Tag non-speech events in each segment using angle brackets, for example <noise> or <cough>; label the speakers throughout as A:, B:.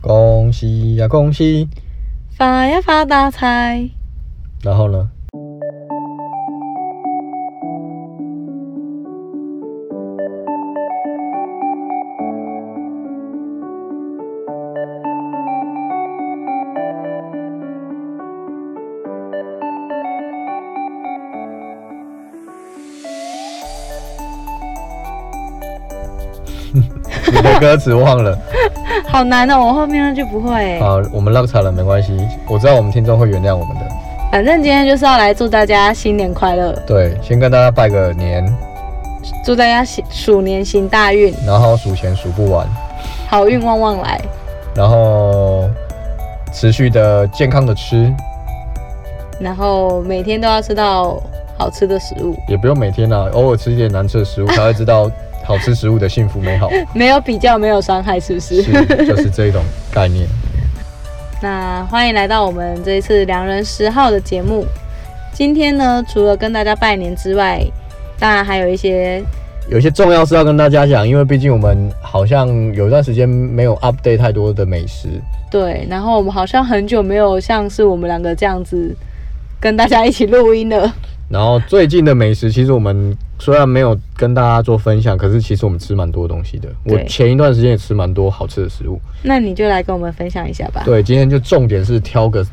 A: 恭喜呀、恭喜！
B: 发呀发大财！
A: 然后呢？你的歌词忘了，
B: 好难哦，我后面那句不会。
A: 好，我们落差了没关系，我知道我们听众会原谅我们的。
B: 反正今天就是要来祝大家新年快乐，
A: 对，先跟大家拜个年，
B: 祝大家新鼠年行大运，
A: 然后数钱数不完，
B: 好运旺旺来。
A: 然后持续的健康的吃，
B: 然后每天都要吃到好吃的食物，
A: 也不用每天啊，偶尔吃一点难吃的食物，才会知道好吃食物的幸福美好。
B: 没有比较，没有伤害，是不是？
A: 是，就是这种概念。
B: 那欢迎来到我们这一次良人十号的节目。今天呢，除了跟大家拜年之外，当然还有一些
A: 有一些重要事要跟大家讲，因为毕竟我们好像有一段时间没有 update 太多的美食，
B: 对，然后我们好像很久没有像是我们两个这样子跟大家一起录音了。
A: 然后最近的美食，其实我们虽然没有跟大家做分享，可是其实我们吃蛮多东西的。我
B: 对
A: 前一段时间也吃蛮多好吃的食物。
B: 那你就来跟我们分享一下吧。
A: 对，今天就重点是挑个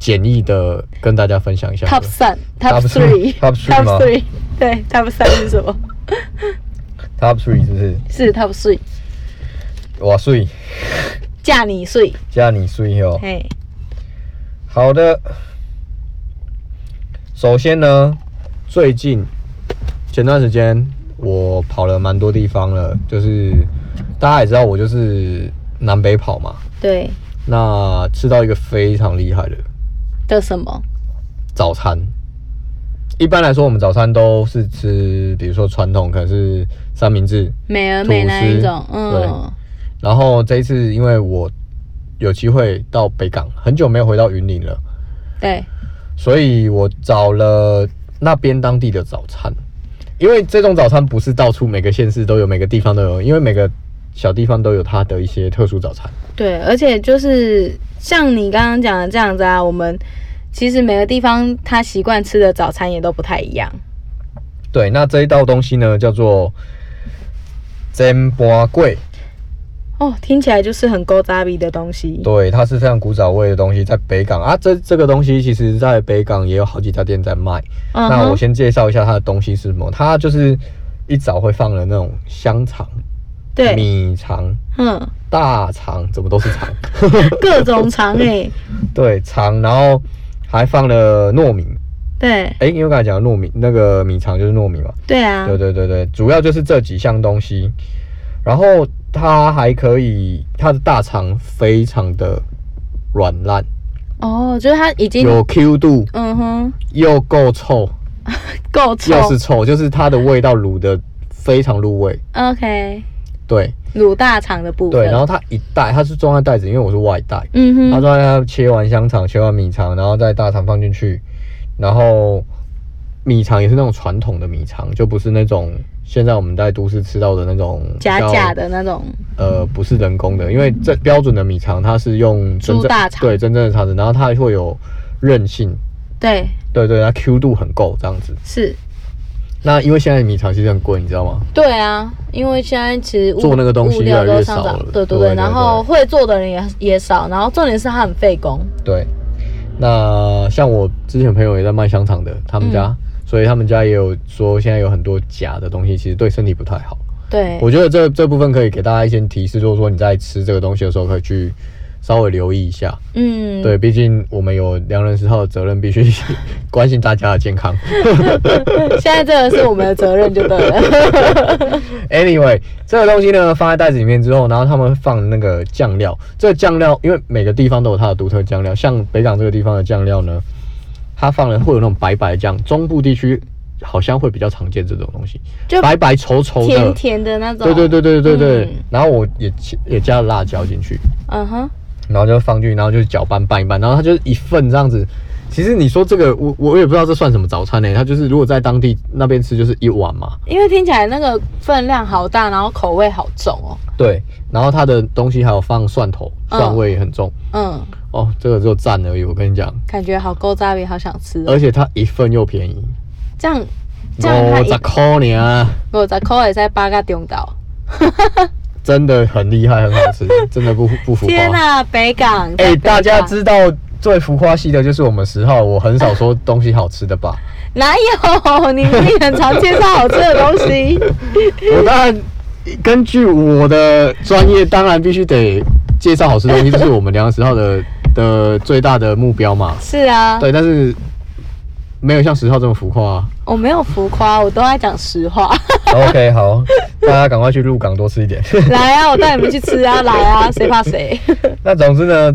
A: 简易的跟大家分享一下好
B: Top
A: 了。
B: 三、Top
A: Top
B: three、
A: top three 吗
B: three，对，Top 三是什么？
A: Top three 是不是？
B: 是 Top three，
A: 哇碎
B: 嫁你睡。
A: 加你碎哦。
B: 嘿，
A: 好的，首先呢，最近前段时间我跑了蛮多地方了，就是大家也知道我就是南北跑嘛，
B: 对
A: 那吃到一个非常厉害的
B: 的什么？
A: 早餐。一般来说，我们早餐都是吃，比如说传统可能是三明治，
B: 美而美那一种
A: 吐，司
B: 嗯，
A: 然后这一次因为我有机会到北港，很久没有回到云林了，
B: 对，
A: 所以我找了那边当地的早餐，因为这种早餐不是到处每个县市都有，每个地方都有，因为每个小地方都有它的一些特殊早餐。
B: 对，而且就是像你刚刚讲的这样子啊，我们其实每个地方他习惯吃的早餐也都不太一样。
A: 对，那这一道东西呢叫做煎巴粿，
B: 哦，听起来就是很勾扎比的东西。
A: 对，它是非常古早味的东西，在北港啊，这这个东西其实在北港也有好几家店在卖。
B: 嗯
A: 那我
B: 哼，
A: 先介绍一下它的东西是什么，它就是一早会放了那种香肠、
B: 对，
A: 米肠、
B: 嗯，
A: 大肠，怎么都是
B: <laughs>
A: 肠。
B: 各种肠哎、
A: 对，肠，然后还放了糯米。
B: 对
A: 哎、因为我刚才讲的糯米，那个米肠就是糯米嘛。
B: 对啊，
A: 对对对对，主要就是这几项东西。然后它还可以，它的大肠非常的软烂，
B: 哦，就是它已经，
A: 有 Q 度，
B: 嗯哼，
A: 又够臭，
B: 够臭
A: 又是臭，就是它的味道卤的非常入味。
B: ，OK，
A: 对
B: 卤大肠的部分，
A: 对，然后它一袋，它是装在袋子，因为我是外带。
B: 嗯
A: 他
B: 哼，
A: 说他切完香肠，切完米肠，然后再大肠放进去，然后米肠也是那种传统的米肠，就不是那种现在我们在都市吃到的那种
B: 假
A: 比较
B: 假，的那种，
A: 呃，不是人工的，因为这标准的米肠它是用真
B: 猪
A: 正
B: 大肠
A: 对真正的肠子，然后它会有韧性，
B: 对，
A: 对对，它 Q 度很够这样子。
B: 是，
A: 那因为现在米肠其实很贵，你知道吗？
B: 对啊，因为现在其实物
A: 做那个东西
B: 物料
A: 越来越
B: 都上
A: 少
B: 涨
A: 了
B: 对
A: 对
B: 对
A: 对
B: 然后会做的人也也少，然后重点是它很费工，
A: 对，那像我之前朋友也在卖香肠的，他们家，所以他们家也有说现在有很多假的东西，其实对身体不太好。
B: 对，
A: 我觉得这这部分可以给大家一些提示，就是说你在吃这个东西的时候，可以去稍微留意一下。
B: 嗯，
A: 对，毕竟我们有良人十号的责任，必须关心大家的健康。
B: 现在这个是我们的责任就对
A: <laughs>
B: 了，
A: anyway，这个东西呢放在袋子里面之后，然后他们放那个酱料。这个酱料因为每个地方都有它的独特酱料，像北港这个地方的酱料呢，它放了会有那种白白的酱，中部地区好像会比较常见这种东西，
B: 就
A: 白白稠稠的。
B: 甜甜的那种，
A: 对对对对对对，
B: 嗯
A: 然后我也也加了辣椒进去，
B: 嗯哼，
A: 然后就放进去，然后就搅拌拌一拌，然后它就是一份这样子，其实你说这个，我我也不知道这算什么早餐呢、它就是如果在当地那边吃，就是一碗嘛。
B: 因为听起来那个分量好大，然后口味好重哦。
A: 对，然后它的东西还有放蒜头，
B: 嗯
A: 蒜味也很重。
B: 嗯，
A: 哦，这个就赞而已，我跟你讲。
B: 感觉好勾扎比，好想吃、哦。
A: 而且它一份又便宜，
B: 这样这样它
A: 哦我
B: 一
A: 十块呢啊，
B: 我在口也在八嘎中岛。
A: 真的很厉害，很好
B: <laughs>
A: 吃，真的不不浮夸。
B: 天啊呐、北港！
A: 哎、
B: 在北
A: 大家
B: 港
A: 知道最浮夸系的就是我们十号，我很少说东西好吃的
B: <laughs>
A: 吧？
B: 哪有？你自己很常介绍好吃的东
A: <laughs>
B: 西。
A: 我当然根据我的专业，当然必须得介绍好吃的东西，这是我们梁十号的的最大的目标嘛。
B: 是啊，
A: 对，但是没有像十号这么浮夸、啊。
B: 我没有浮夸，我都在讲实话。
A: <laughs> OK，好，大家赶快去鹿港多吃一点。 <laughs>
B: 来啊，我带你们去吃啊，来啊，谁怕谁？
A: 那总之呢，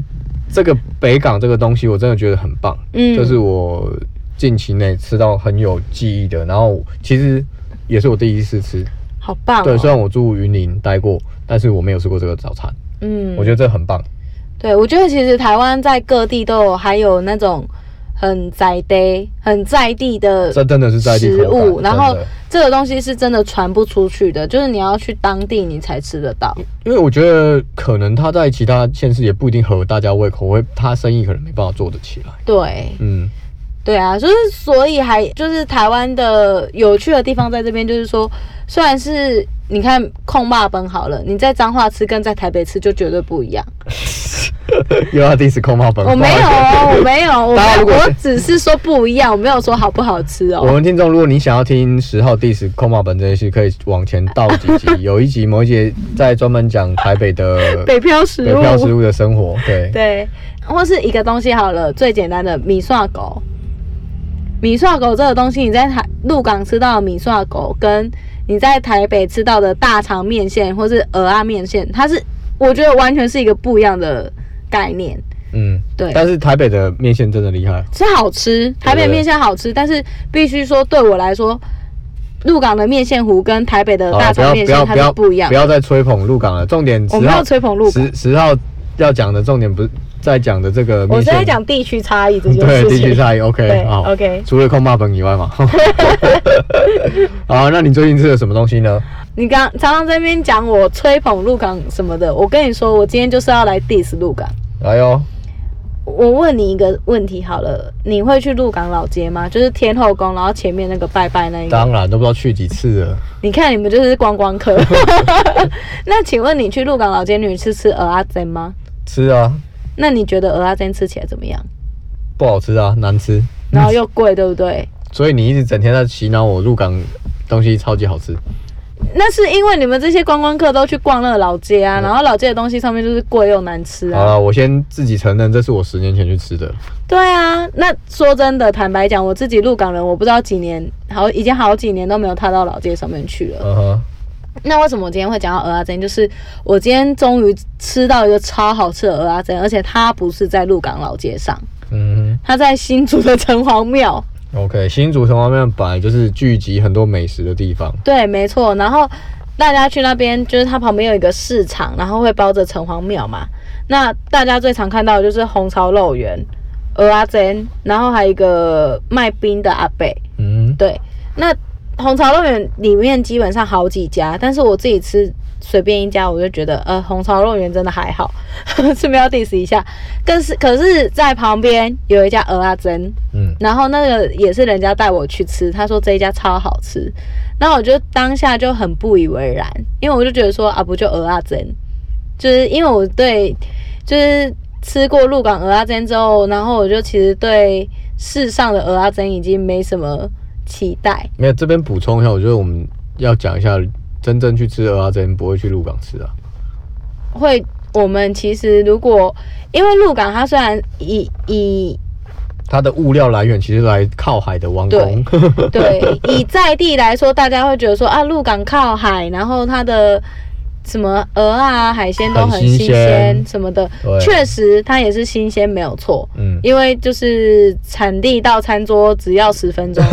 A: 这个北港这个东西我真的觉得很棒，
B: 嗯
A: 就是我近期内吃到很有记忆的，然后其实也是我第一次吃。
B: 好棒、哦！
A: 对，虽然我住云林待过，但是我没有吃过这个早餐，
B: 嗯，
A: 我觉得这很棒。
B: 对，我觉得其实台湾在各地都有，还有那种很在地、很在地的
A: 这真的是在地
B: 食
A: 口感
B: 物，然后
A: 真的
B: 这个东西是真的传不出去的，就是你要去当地你才吃得到。
A: 因为我觉得可能他在其他县市也不一定合大家胃口，会他生意可能没办法做得起来。
B: 对，
A: 嗯， <laughs>
B: 对啊，就是所以还就是台湾的有趣的地方在这边，就是说虽然是你看控霸本好了，你在彰化吃跟在台北吃就绝对不一
A: <laughs>
B: 样。
A: 又要 diss 空猫本，
B: 我没有
A: 不好意
B: 哦，我没有，我
A: 大家
B: 没
A: 如
B: 有
A: 果
B: 我只是说不一样，我没有说好不好吃
A: 思。我
B: 哦。
A: 们听众，如果你想要听十号 diss 空猫本这一期，可以往前倒几
B: <laughs>
A: 集，有一集某一集在专门讲台北的
B: 北漂食
A: 北
B: 物，
A: 漂食物的生活。对，
B: 对，或是一个东西好了，最简单的米刷狗。米刷狗这个东西，你在台鹿港吃到的米刷狗，跟你在台北吃到的大肠面线或是鹅啊面线，它是我觉得完全是一个不一样的概念。
A: 嗯，
B: 对
A: 但是台北的面线真的厉害，
B: 是好吃，台北面线好吃，但是必须说对我来说，鹿港的面线糊跟台北的
A: 好
B: 呃
A: 啊
B: 大
A: 了，不要不要
B: 肠面线它
A: 不
B: 是
A: 要
B: 不一样
A: 不。要再吹捧鹿港了。重点十
B: 我没
A: 号
B: 有吹捧鹿港
A: 十十号要讲的重点不是在讲的这个面
B: 我
A: 线，
B: 是在讲地区差异这件
A: 对
B: 事情。
A: 地区差异。
B: 对
A: OK，好
B: OK
A: 除了空霸本以
B: <laughs>
A: 外嘛。好，那你最近吃了什么东西呢？
B: 你刚常常在那边讲我吹捧鹿港什么的，我跟你说，我今天就是要来 diss 鹿港。
A: 来哦哟，
B: 我问你一个问题好了，你会去鹿港老街吗？就是天后宫，然后前面那个拜拜那一个。
A: 当然都不知道去几次了。
B: 你看你们就是观
A: <laughs>
B: 光客。 <laughs> 那请问你去鹿港老街，你是吃鹅阿珍吗？
A: 吃啊，
B: 那你觉得鹅阿珍吃起来怎么样？
A: 不好吃啊，难吃。
B: 然后又贵，对不对？
A: 所以你一直整天在洗脑我入港东西超级好吃，
B: 那是因为你们这些观光客都去逛那个老街啊，然后老街的东西上面就是贵又难吃
A: 嗯好
B: 啊。
A: 了，我先自己承认，这是我十年前去吃的。
B: 对啊，那说真的，坦白讲，我自己鹿港人，我不知道几年，好，已经好几年都没有踏到老街上面去了。
A: 嗯哼，
B: 那为什么我今天会讲到鹅阿啊珍？就是我今天终于吃到一个超好吃的鹅啊阿珍，而且它不是在鹿港老街上，
A: 嗯
B: 它在新竹的城隍庙。
A: 哼，OK，新竹城隍庙本来就是聚集很多美食的地方。
B: 对，没错。然后大家去那边，就是它旁边有一个市场，然后会包着城隍庙嘛。那大家最常看到的就是红烧肉圆、鹅阿珍，然后还有一个卖冰的阿贝。
A: 嗯，
B: 对，那红潮肉圆里面基本上好几家，但是我自己吃随便一家，我就觉得呃红潮肉圆真的还好， <laughs> 顺便要 diss 一下。更是可是，在旁边有一家鹅阿珍，
A: 嗯，
B: 然后那个也是人家带我去吃，他说这一家超好吃，那我就当下就很不以为然，因为我就觉得说啊不就鹅阿珍，就是因为我对就是吃过鹿港鹅阿珍之后，然后我就其实对世上的鹅阿珍已经没什么期待。
A: 没有这边补充一下，我觉得我们要讲一下，真正去吃鹅阿珍不会去鹿港吃啊。
B: 会，我们其实如果因为鹿港它虽然以以
A: 它的物料来源其实来靠海的王宫，
B: 对以在地来说，大家会觉得说啊，鹿港靠海，然后它的什么鹅啊、海鲜都
A: 很
B: 很
A: 新
B: 新
A: 鲜
B: 鲜什么的
A: 对，
B: 确实它也是新鲜没有错。
A: <laughs> 嗯，
B: 因为就是产地到餐桌只要十
A: <laughs>
B: 分钟，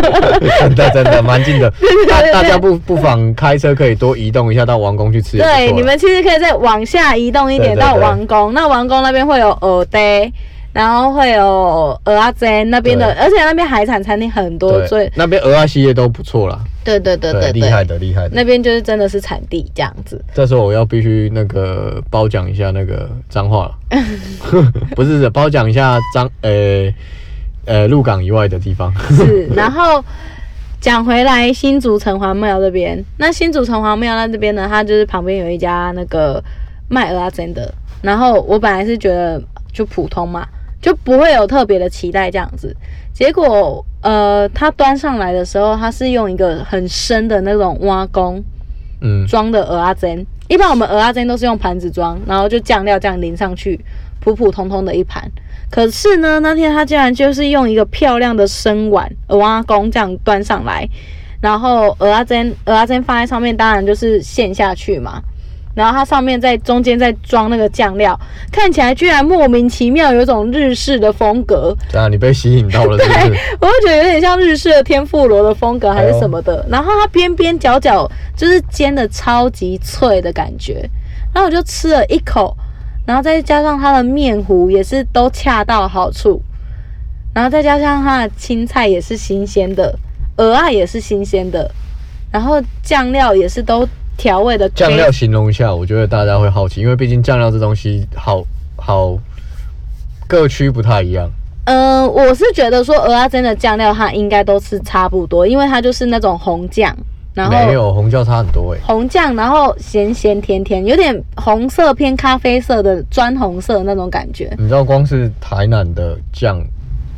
A: 真的真的蛮近的。大
B: <laughs> 对
A: 大家不不妨开车可以多移动一下到王宫去吃也不错啦。
B: 对，你们其实可以再往下移动一点
A: 对对
B: 到
A: 对
B: 王宫，那王宫那边会有鹅呆，然后会有鹅阿珍那边的，
A: 对
B: 而且那边海产餐厅很多，所以
A: 对，那边鹅啊系列都不错啦，
B: 对对对对
A: 厉害的厉害的。
B: 那边就是真的是产地这样子。
A: 这时候我要必须那个褒奖一下那个脏话了，
B: <laughs>
A: 不是是褒奖一下脏呃呃鹿港以外的地方。 <laughs>
B: 是，然后讲回来，新竹城隍庙这边，那新竹城隍庙那这边呢，它就是旁边有一家那个卖鹅阿珍的，然后我本来是觉得就普通嘛，就不会有特别的期待这样子，结果呃，它端上来的时候，它是用一个很深的那种挖工
A: 嗯，
B: 装的鹅阿珍，一般我们鹅阿珍都是用盘子装，然后就酱料这样淋上去，普普通通的一盘。可是呢，那天他竟然就是用一个漂亮的生碗鹅阿公这样端上来，然后鹅阿珍鹅阿珍放在上面，当然就是陷下去嘛。然后它上面在中间再装那个酱料，看起来居然莫名其妙有一种日式的风格，
A: 这啊样你被吸引到了是不是？
B: 我就觉得有点像日式的天妇罗的风格还是什么
A: 哎
B: 的，然后它边边角角就是煎的超级脆的感觉，然后我就吃了一口，然后再加上它的面糊也是都恰到好处，然后再加上它的青菜也是新鲜的，鹅啊也是新鲜的，然后酱料也是都调味的，
A: 酱料形容一下，我觉得大家会好奇，因为毕竟酱料这东西好好各区不太一样。
B: 嗯，我是觉得说鹅啊真的酱料它应该都是差不多，因为它就是那种红酱，然后
A: 没有红椒差很多哎、
B: 红酱，然后咸咸甜甜，有点红色偏咖啡色的砖红色那种感觉。
A: 你知道光是台南的酱，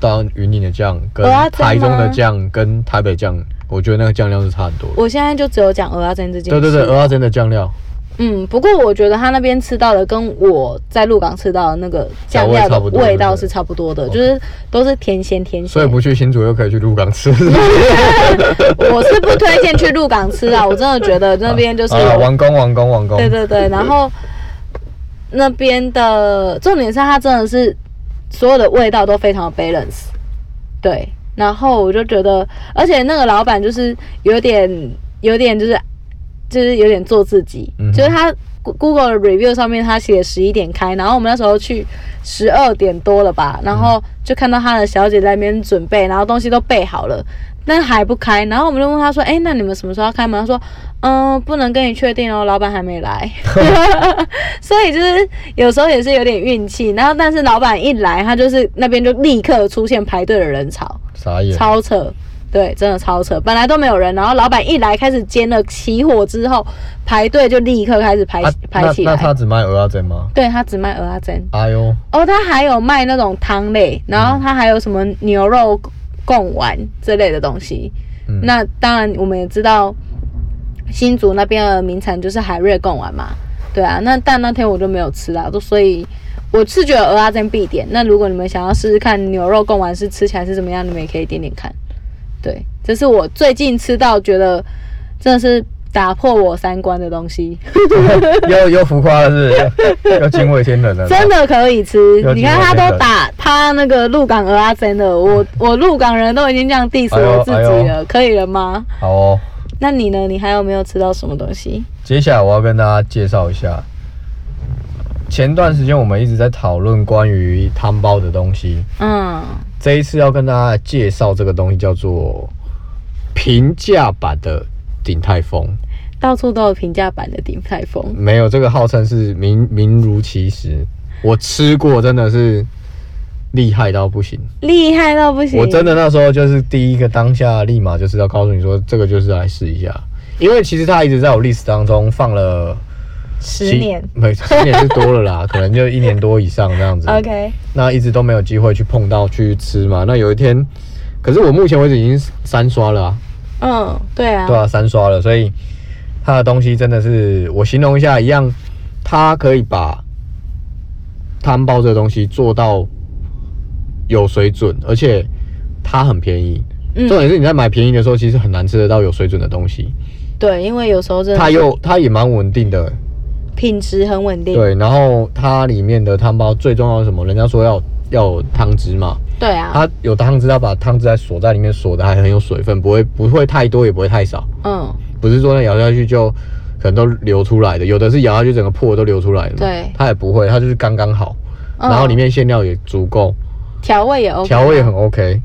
A: 到云林的酱，跟
B: 蚵仔煎
A: 台中的
B: 吗
A: 酱，跟台北酱，我觉得那个酱料是差很多的。
B: 我现在就只有讲鹅阿珍这件
A: 对
B: 事。
A: 对对，鹅阿珍的酱料
B: 嗯，不过我觉得他那边吃到的跟我在鹿港吃到的那个酱料
A: 调
B: 的
A: 味差不多
B: 味道是差不多的，就是都是甜咸甜
A: 所以
B: 咸。
A: 不去新竹又可以去鹿港
B: <laughs>
A: 吃。
B: 我是不推荐去鹿港吃
A: <laughs>
B: 啊，我真的觉得那边就是
A: 好啦啊王宫王宫王宫，
B: 对对对，然后那边的重点是它真的是所有的味道都非常的 balance，对，然后我就觉得，而且那个老板就是有点有点就是就是有点做自己，
A: 嗯哼
B: 就是他 Go- Google 的 review 上面他写十一点开，然后我们那时候去十二点多了吧，然后就看到他的小姐在那边准备，然后东西都备好了。但还不开，然后我们就问他说：“哎、那你们什么时候要开门？”他说：“嗯，不能跟你确定哦，老板还没来。” <laughs> 所以就是有时候也是有点运气。然后，但是老板一来，他就是那边就立刻出现排队的人潮，
A: 傻眼。
B: 超扯。对，真的超扯，本来都没有人，然后老板一来开始煎了起火之后，排队就立刻开始排、
A: 啊
B: 排起
A: 那那
B: 来
A: 他。只卖鹅阿珍吗？
B: 对他只卖鹅阿珍
A: 哎呦，
B: 哦，他还有卖那种汤类，然后他还有什么牛肉贡丸之类的东西。
A: 嗯
B: 那当然，我们也知道新竹那边的名产就是海瑞贡丸嘛，对啊。那但那天我就没有吃啦，都所以我是觉得鹅阿珍必点。那如果你们想要试试看牛肉贡丸是吃起来是怎么样，你们也可以点点看。对，这是我最近吃到觉得真的是打破我三观的东西，
A: 又又浮夸了是不是，又惊为天人了。
B: <laughs> 真的可以吃
A: 有。
B: 你
A: 机
B: 看
A: 会
B: 他
A: 可以
B: 都打他那个鹿港鹅阿珍的，我我鹿港人都已经这样 diss
A: 哎呦
B: 我自己
A: 哎呦
B: 了，可以了吗？
A: 好哦，
B: 那你呢？你还有没有吃到什么东西？
A: 接下来我要跟大家介绍一下，前段时间我们一直在讨论关于汤包的东西，
B: 嗯，
A: 这一次要跟大家介绍这个东西叫做平价版的鼎泰丰。
B: 到处都有平价版的鼎泰丰，
A: 没有，这个号称是名名如其实。我吃过，真的是厉害到不行。
B: 厉害到不行。
A: 我真的那时候就是第一个当下立马就是要告诉你说，这个就是来试一下，因为其实它一直在我 list 当中放了
B: 十
A: 七
B: 年。
A: 没十年是多了
B: <laughs>
A: 啦，可能就一年多以上这样子。
B: OK，
A: 那一直都没有机会去碰到去吃嘛。那有一天，可是我目前为止已经三刷了、啊，
B: 嗯，对啊，
A: 对啊，三刷了，所以它的东西真的是我形容一下，一样，它可以把汤包这个东西做到有水准，而且它很便宜。
B: 嗯
A: 重点是你在买便宜的时候，其实很难吃得到有水准的东西。
B: 对，啊因为有时候真
A: 它
B: 的
A: 又它也蛮稳定的，
B: 品质很稳定，
A: 对。然后它里面的汤包最重要是什么？人家说要要有汤汁嘛，
B: 对啊，
A: 它有汤汁，要把汤汁还锁在里面，锁的还很有水分，不会不会太多，也不会太少。
B: 嗯，
A: 不是说那咬下去就可能都流出来的，有的是咬下去整个破都流出来了嘛。
B: 对
A: 它也不会，它就是刚刚好，
B: 嗯
A: 然后里面馅料也足够，
B: 调味也 OK，
A: 调味也很
B: 吗
A: OK，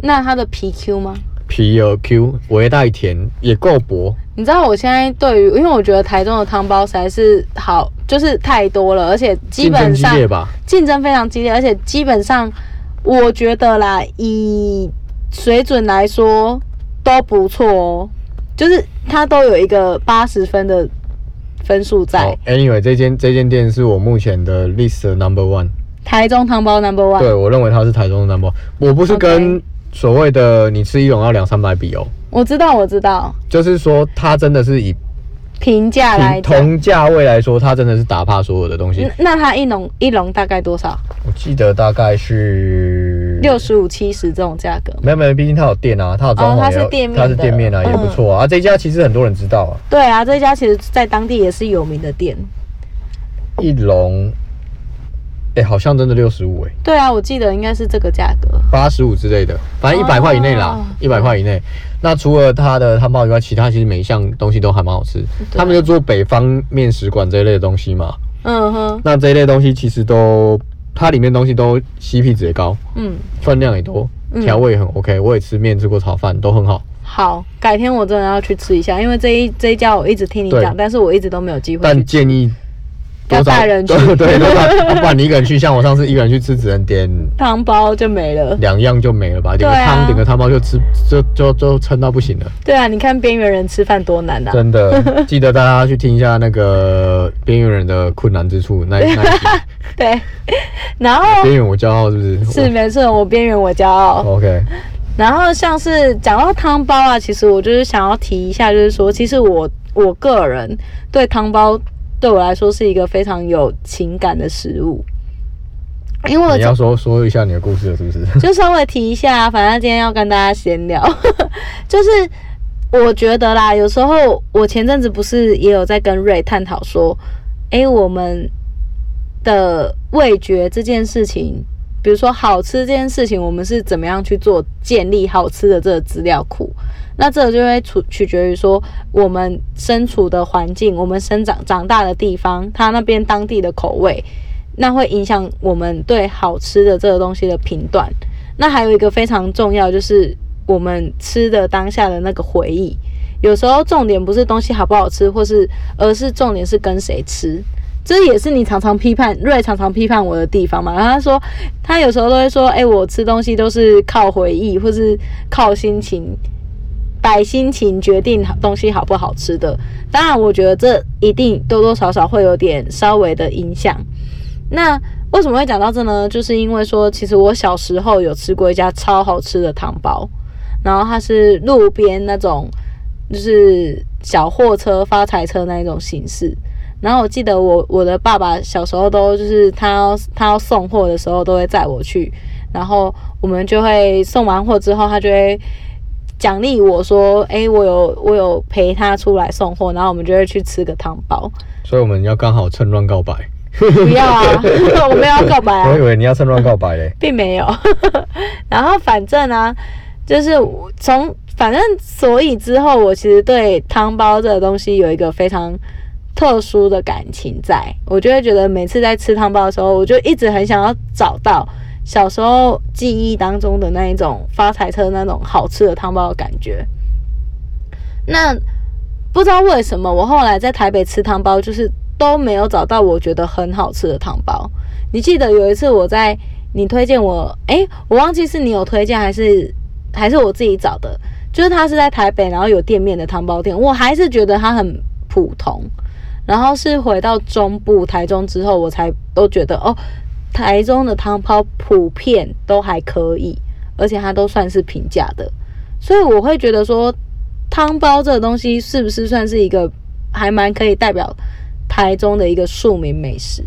B: 那它的 PQ 吗？
A: 皮而 Q，微带甜，也够薄。
B: 你知道我现在对于，因为我觉得台中的汤包实在是好，就是太多了，而且基
A: 竞争
B: 本
A: 激
B: 上
A: 烈吧，
B: 竞争非常激烈，而且基本上我觉得啦，以水准来说都不错哦，就是它都有一个八十分的分数在。
A: 好，Anyway，这间这间店是我目前的 list 的 number one，
B: 台中汤包 Number One，
A: 对我认为它是台中的 number one。我不是
B: OK
A: 跟所谓的你吃一笼要两三百比哦，
B: 我知道我知道，
A: 就是说它真的是以
B: 评价来
A: 平
B: 讲，
A: 同价位来说，它真的是打趴所有的东西
B: 嗯。那它一笼一笼大概多少？
A: 我记得大概是
B: 六十五、七十这种价格。
A: 没有没有，毕竟它有店啊，它有装
B: 哦
A: 潢
B: 它
A: 也
B: 是
A: 有，
B: 店面
A: 它是
B: 的
A: 店面啊，也不
B: 嗯
A: 错啊。啊，这家其实很多人知道啊，
B: 对啊，这家其实在当地也是有名的店。
A: 一笼，哎，好像真的六十五哎，
B: 对啊，我记得应该是这个价格。
A: 八十五之类的，反正一百块以内啦
B: 哦，
A: 一百块以内。那除了它的汉堡以外，其他其实每一项东西都还蛮好吃。他们就做北方面食馆这一类的东西嘛，
B: 嗯哼，
A: 那这一类东西其实都它里面东西都 CP 值也高，
B: 嗯，
A: 分量也多，
B: 嗯
A: 调味也很 OK。我也吃面吃过炒饭，都很好。
B: 好，改天我真的要去吃一下，因为这一这一家我一直听你
A: 对
B: 讲，但是我一直都没有机会
A: 但
B: 去。
A: 建议多
B: 要
A: 少
B: 带人去
A: 对 <laughs> 对，多少，
B: <laughs>
A: 啊不然你一个人去，像我上次一个人去吃，只能点
B: 汤包就没了。
A: 两样就没了吧，点个
B: 对啊
A: 汤，点个汤包就吃，就就就撑到不行了，
B: 对啊，你看边缘人吃饭多难啊！
A: 真
B: <laughs>
A: 的。记得大家去听一下那个边缘人的困难之处那那
B: <laughs>
A: 一集
B: 对，然后
A: 边缘我骄傲是不是？
B: 是没错，我边缘我骄傲。
A: 我 OK，
B: 然后像是讲到汤包啊，其实我就是想要提一下，就是说，其实我我个人对汤包对我来说是一个非常有情感的食物，因为我
A: 你要说说一下你的故事了是不是？ <laughs>
B: <laughs> 就稍微提一下，啊反正今天要跟大家闲聊， <laughs> 就是我觉得啦，有时候我前阵子不是也有在跟瑞探讨说，诶，我们的味觉这件事情，比如说好吃这件事情，我们是怎么样去做建立好吃的这个资料库？那这个就会取取决于说我们身处的环境，我们生长长大的地方，它那边当地的口味，那会影响我们对好吃的这个东西的评断。那还有一个非常重要，就是我们吃的当下的那个回忆。有时候重点不是东西好不好吃，或是而是重点是跟谁吃。这也是你常常批判瑞常常批判我的地方嘛。然后他说，他有时候都会说，哎、我吃东西都是靠回忆，或是靠心情，摆心情决定好东西好不好吃的。当然，我觉得这一定多多少少会有点稍微的影响。那为什么会讲到这呢？就是因为说，其实我小时候有吃过一家超好吃的汤包，然后它是路边那种，就是小货车、发财车那一种形式。然后我记得我我的爸爸小时候都就是他要他要送货的时候都会载我去，然后我们就会送完货之后，他就会奖励我说：“诶，我有我有陪他出来送货。”然后我们就会去吃个汤包。
A: 所以我们要刚好趁乱告白。
B: 不要啊， <laughs> 我没有要告白啊。
A: 我以为你要趁乱告白嘞。
B: 并没有。 <laughs> 然后反正呢、就是我从反正所以之后，我其实对汤包这个东西有一个非常特殊的感情在，我就会觉得每次在吃汤包的时候，我就一直很想要找到小时候记忆当中的那一种发财车那种好吃的汤包的感觉。那不知道为什么，我后来在台北吃汤包，就是都没有找到我觉得很好吃的汤包。你记得有一次我在你推荐我，诶，我忘记是你有推荐还是还是我自己找的，就是它是在台北，然后有店面的汤包店，我还是觉得它很普通。然后是回到中部台中之后，我才都觉得哦，台中的汤包普遍都还可以，而且它都算是平价的，所以我会觉得说，汤包这个东西是不是算是一个还蛮可以代表台中的一个庶民美食？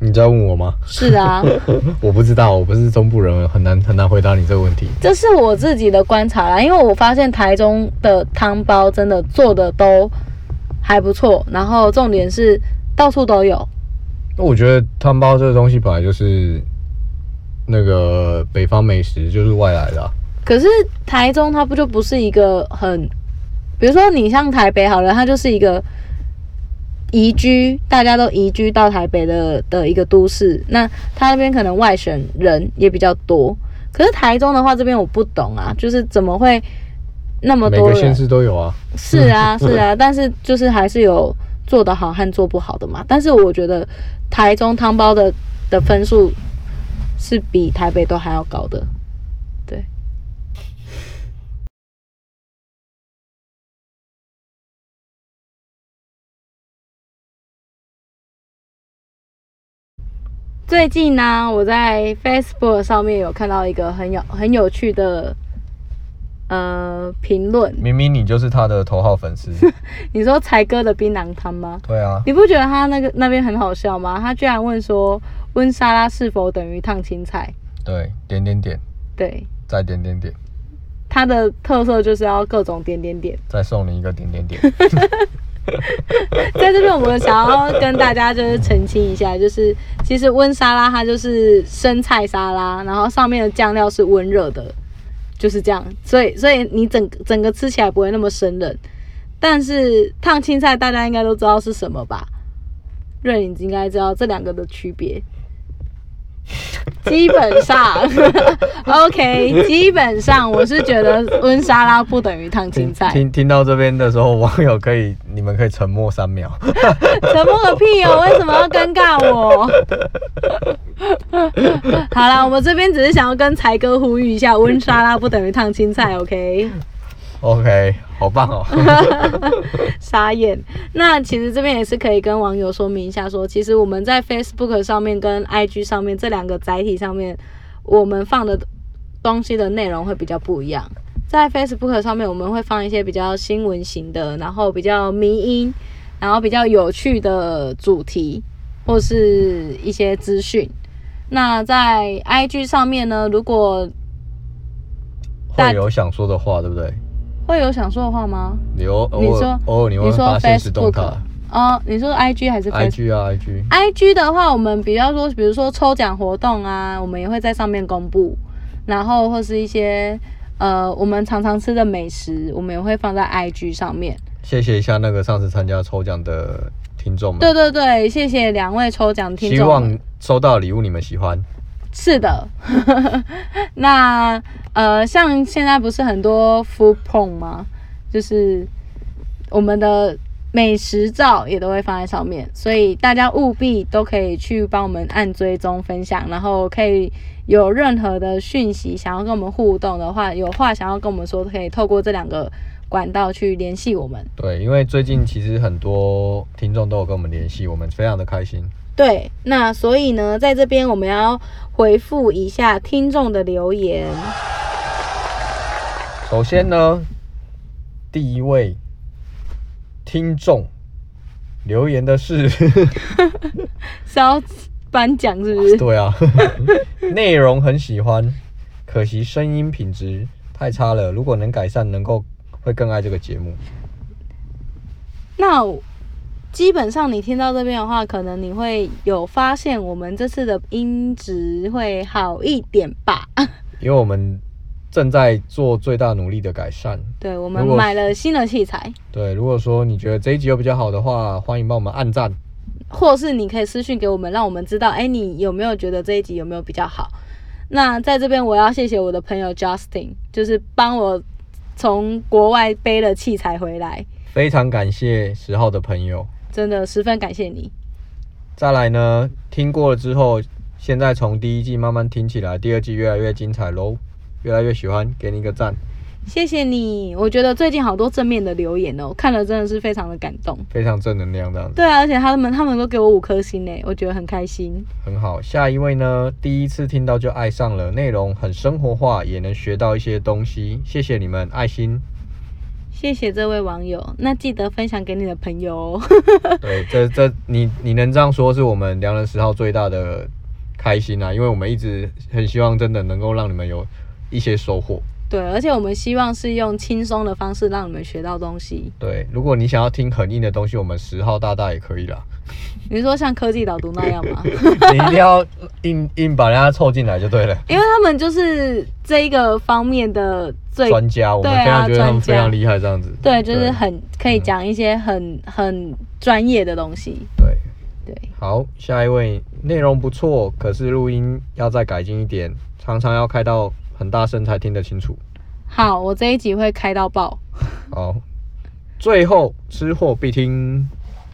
A: 你在问我吗？
B: 是啊，
A: 我不知道，我不是中部人，很难很难回答你这个问题。
B: 这是我自己的观察啦，因为我发现台中的汤包真的做的都还不错，然后重点是到处都有。
A: 那我觉得汤包这个东西本来就是那个北方美食，就是外来的啊、
B: 可是台中它不就不是一个很，比如说你像台北好了，它就是一个移居，大家都移居到台北的的一个都市，那他那边可能外省人也比较多。可是台中的话，这边我不懂啊，就是怎么会那么
A: 每
B: 多
A: 个县
B: 人？
A: 市都有啊。
B: 是啊，是啊，但是就是还是有做得好和做不好的嘛。但是我觉得台中汤包的的分数是比台北都还要高的。对，最近呢，我在 Facebook 上面有看到一个很有很有趣的呃评论，
A: 明明你就是他的头号粉
B: <laughs>
A: 丝，
B: 你说才哥的槟榔摊吗？
A: 对啊，
B: 你不觉得他那个那边很好笑吗？他居然问说温沙拉是否等于烫青菜？
A: 对，点点点，
B: 对，
A: 再点点点，
B: 它的特色就是要各种点点点。
A: 再送你一个点点点。
B: 在这边，我们想要跟大家就是澄清一下，就是其实温沙拉它就是生菜沙拉，然后上面的酱料是温热的，就是这样。所以，所以你整整个吃起来不会那么生冷。但是烫青菜大家应该都知道是什么吧？瑞你应该知道这两个的区别。基本上，OK，基本上我是觉得温沙拉不等于烫青
A: 听
B: 菜。
A: 听听到这边的时候，网友可以，你们可以沉默三秒。
B: <laughs> 沉默个屁哦！为什么要尴尬我？ <laughs> 好啦，我们这边只是想要跟才哥呼吁一下，温沙拉不等于烫青菜，OK？
A: OK，好棒
B: <laughs>
A: 哦。
B: 傻眼。那其实这边也是可以跟网友说明一下说其实我们在 Facebook 上面跟 IG 上面这两个载体上面，我们放的东西的内容会比较不一样。在 Facebook 上面，我们会放一些比较新闻型的，然后比较迷音，然后比较有趣的主题或是一些资讯。那在 IG 上面呢，如果
A: 会有想说的话，对不对？
B: 会有想说的话吗？
A: 你偶
B: 你
A: 偶尔
B: 说
A: 偶尔哦你会
B: 你说
A: 发现实动态
B: Facebook 哦，你说 IG 还是 Facebook？
A: ，IG 啊 IG，
B: IG 的话，我们比较说，比如说抽奖活动啊，我们也会在上面公布，然后或是一些呃我们常常吃的美食，我们也会放在 IG 上面。
A: 谢谢一下那个上次参加抽奖的听众们，
B: 对对对，谢谢两位抽奖听众。
A: 希望收到礼物你们喜欢。
B: 是的， <laughs> 那呃，像现在不是很多 food porn 吗？就是我们的美食照也都会放在上面，所以大家务必都可以去帮我们按追踪分享，然后可以有任何的讯息想要跟我们互动的话，有话想要跟我们说，可以透过这两个管道去联系我们。
A: 对，因为最近其实很多听众都有跟我们联系，我们非常的开心。
B: 对，那所以呢，在这边我们要回复一下听众的留言。
A: 首先呢，第一位听众留言的
B: <laughs>
A: 是，
B: 是要颁奖是不是？
A: 对啊，内容很喜欢，可惜声音品质太差了。如果能改善，能够会更爱这个节目。
B: 那基本上你听到这边的话，可能你会有发现，我们这次的音质会好一点吧？ <laughs>
A: 因为我们正在做最大努力的改善。
B: 对，我们
A: 如果
B: 买了新的器材，
A: 对，如果说你觉得这一集有比较好的话，欢迎帮我们按赞。
B: 或是你可以私讯给我们，让我们知道，哎，你有没有觉得这一集有没有比较好？那在这边我要谢谢我的朋友 Justin，就是帮我从国外背了器材回来，
A: 非常感谢十号的朋友。
B: 真的十分感谢你。
A: 再来呢，听过了之后，现在从第一季慢慢听起来，第二季越来越精彩喽，越来越喜欢，给你一个赞，
B: 谢谢你，我觉得最近好多正面的留言哦，看了真的是非常的感动。
A: 非常正能量这样子，
B: 对啊，而且他们他们都给我五颗星呢，我觉得很开心。
A: 很好。下一位呢，第一次听到就爱上了，内容很生活化，也能学到一些东西，谢谢你们，爱心。
B: 谢谢这位网友，那记得分享给你的朋友哦。 <laughs>
A: 对，这这你你能这样说，是我们良人十号最大的开心啊，因为我们一直很希望真的能够让你们有一些收获。
B: 对，而且我们希望是用轻松的方式让你们学到东西。
A: 对，如果你想要听很硬的东西，我们十号大大也可以
B: <laughs>
A: 啦。
B: 你是说像科技导读那样吗？
A: 你一定要硬硬把人家凑进来就对了。
B: 因为他们就是这一个方面的最
A: 专家，我们
B: 对啊
A: 非常觉得他们
B: 专家
A: 非常厉害，这样子。
B: 对，就是很可以讲一些很很专业的东西。
A: 对。
B: 对，
A: 好，下一位，内容不错，可是录音要再改进一点，常常要开到很大声才听得清楚。
B: 好，我这一集会开到爆。
A: 好，最后吃货必听，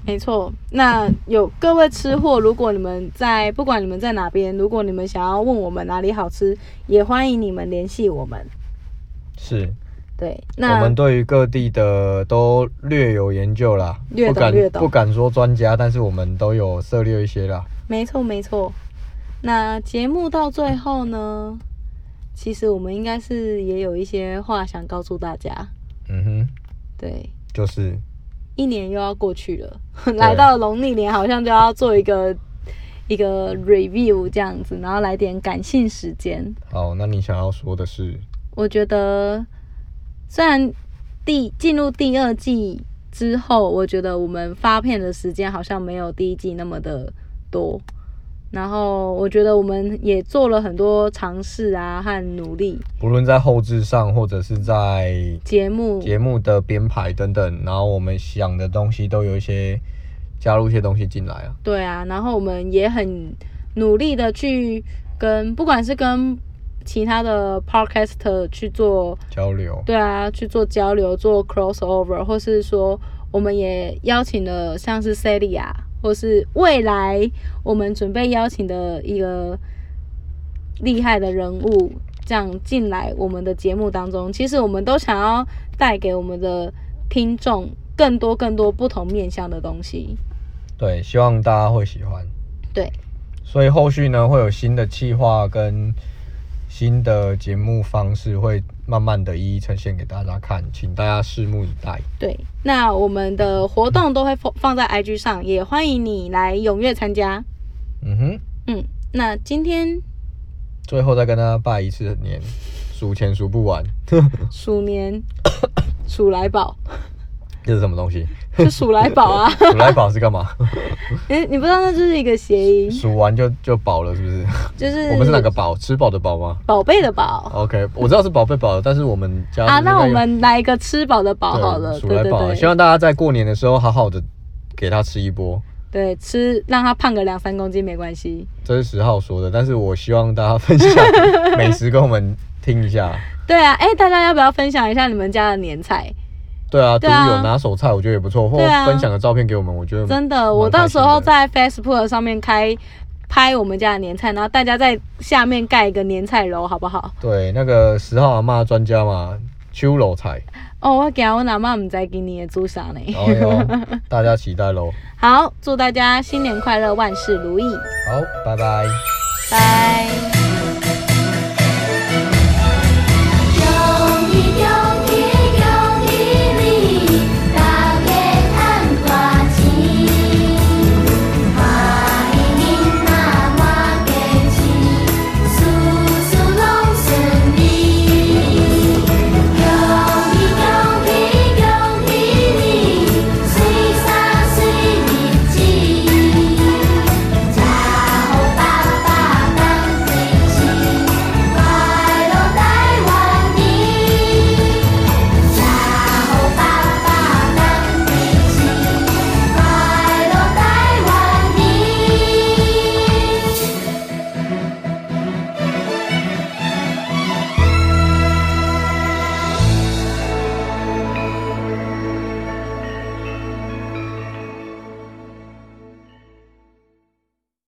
B: 没错，那有各位吃货，如果你们在不管你们在哪边，如果你们想要问我们哪里好吃，也欢迎你们联系我们。
A: 是
B: 对，
A: 我
B: 那
A: 们对于各地的都略有研究啦，
B: 略
A: 不
B: 懂
A: 敢
B: 略懂
A: 不敢说专家，但是我们都有涉猎一些啦。
B: 没错没错。那节目到最后呢，其实我们应该是也有一些话想告诉大家。
A: 嗯哼，
B: 对，
A: 就是
B: 一年又要过去了， <laughs> 来到农历年好像就要做一个一个 review 这样子，然后来点感性时间。
A: 好，那你想要说的是，
B: 我觉得虽然第进入第二季之后，我觉得我们发片的时间好像没有第一季那么的多。然后我觉得我们也做了很多尝试啊和努力，
A: 不论在后置上或者是在
B: 节目
A: 节目的编排等等，然后我们想的东西都有一些加入一些东西进来啊。
B: 对啊，然后我们也很努力的去跟不管是跟其他的 podcaster 去做
A: 交流，
B: 对啊，去做交流，做 crossover，或是说我们也邀请了像是 Celia，或是未来我们准备邀请的一个厉害的人物，这样进来我们的节目当中。其实我们都想要带给我们的听众更多更多不同面向的东西。
A: 对，希望大家会喜欢。
B: 对，
A: 所以后续呢，会有新的计划跟新的节目方式，会慢慢的一一呈现给大家看，请大家拭目以待。
B: 对，那我们的活动都会放放在 IG 上，也欢迎你来踊跃参加。
A: 嗯哼，
B: 嗯，那今天
A: 最后再跟大家拜一次年，数钱数不完，
B: 鼠年 <coughs> 鼠来宝，
A: 这是什么东西？
B: 就鼠来宝
A: <coughs>
B: 啊！
A: 数来宝是干嘛？
B: 你你不知道那就是一个谐音，
A: 数完就就饱了，是不是？
B: 就是
A: 我们是哪个饱？吃饱的饱吗
B: 宝贝的宝
A: ？OK，我知道是宝贝饱，但是我们家
B: 啊？
A: 应该
B: 那我
A: 有
B: 们来一个吃饱的饱
A: 对
B: 好了，
A: 数
B: 对
A: 来
B: 对
A: 宝，希
B: 对，
A: 望大家在过年的时候好好的给他吃一波。
B: 对吃让他胖个两三公斤没关系。
A: 这是十号说的，但是我希望大家分享美食跟我们听一
B: <laughs>
A: 下。
B: 对啊，哎，大家要不要分享一下你们家的年菜？
A: 对啊，都
B: 对啊
A: 有拿手菜，我觉得也不错，或
B: 对啊
A: 分享个照片给我们，我觉得
B: 真
A: 蛮
B: 的，我
A: 开
B: 到
A: 心
B: 时候
A: 的
B: 在 Facebook 上面开拍我们家的年菜，然后大家在下面盖一个年菜楼，好不好？
A: 对那个十号阿妈专家嘛，秋楼菜，
B: 哦，我给我阿妈唔知给你的煮啥呢。
A: 然后
B: <laughs>
A: 哟，大家期待喽。
B: 好，祝大家新年快乐，万事如意，
A: 好，拜拜。
B: 拜。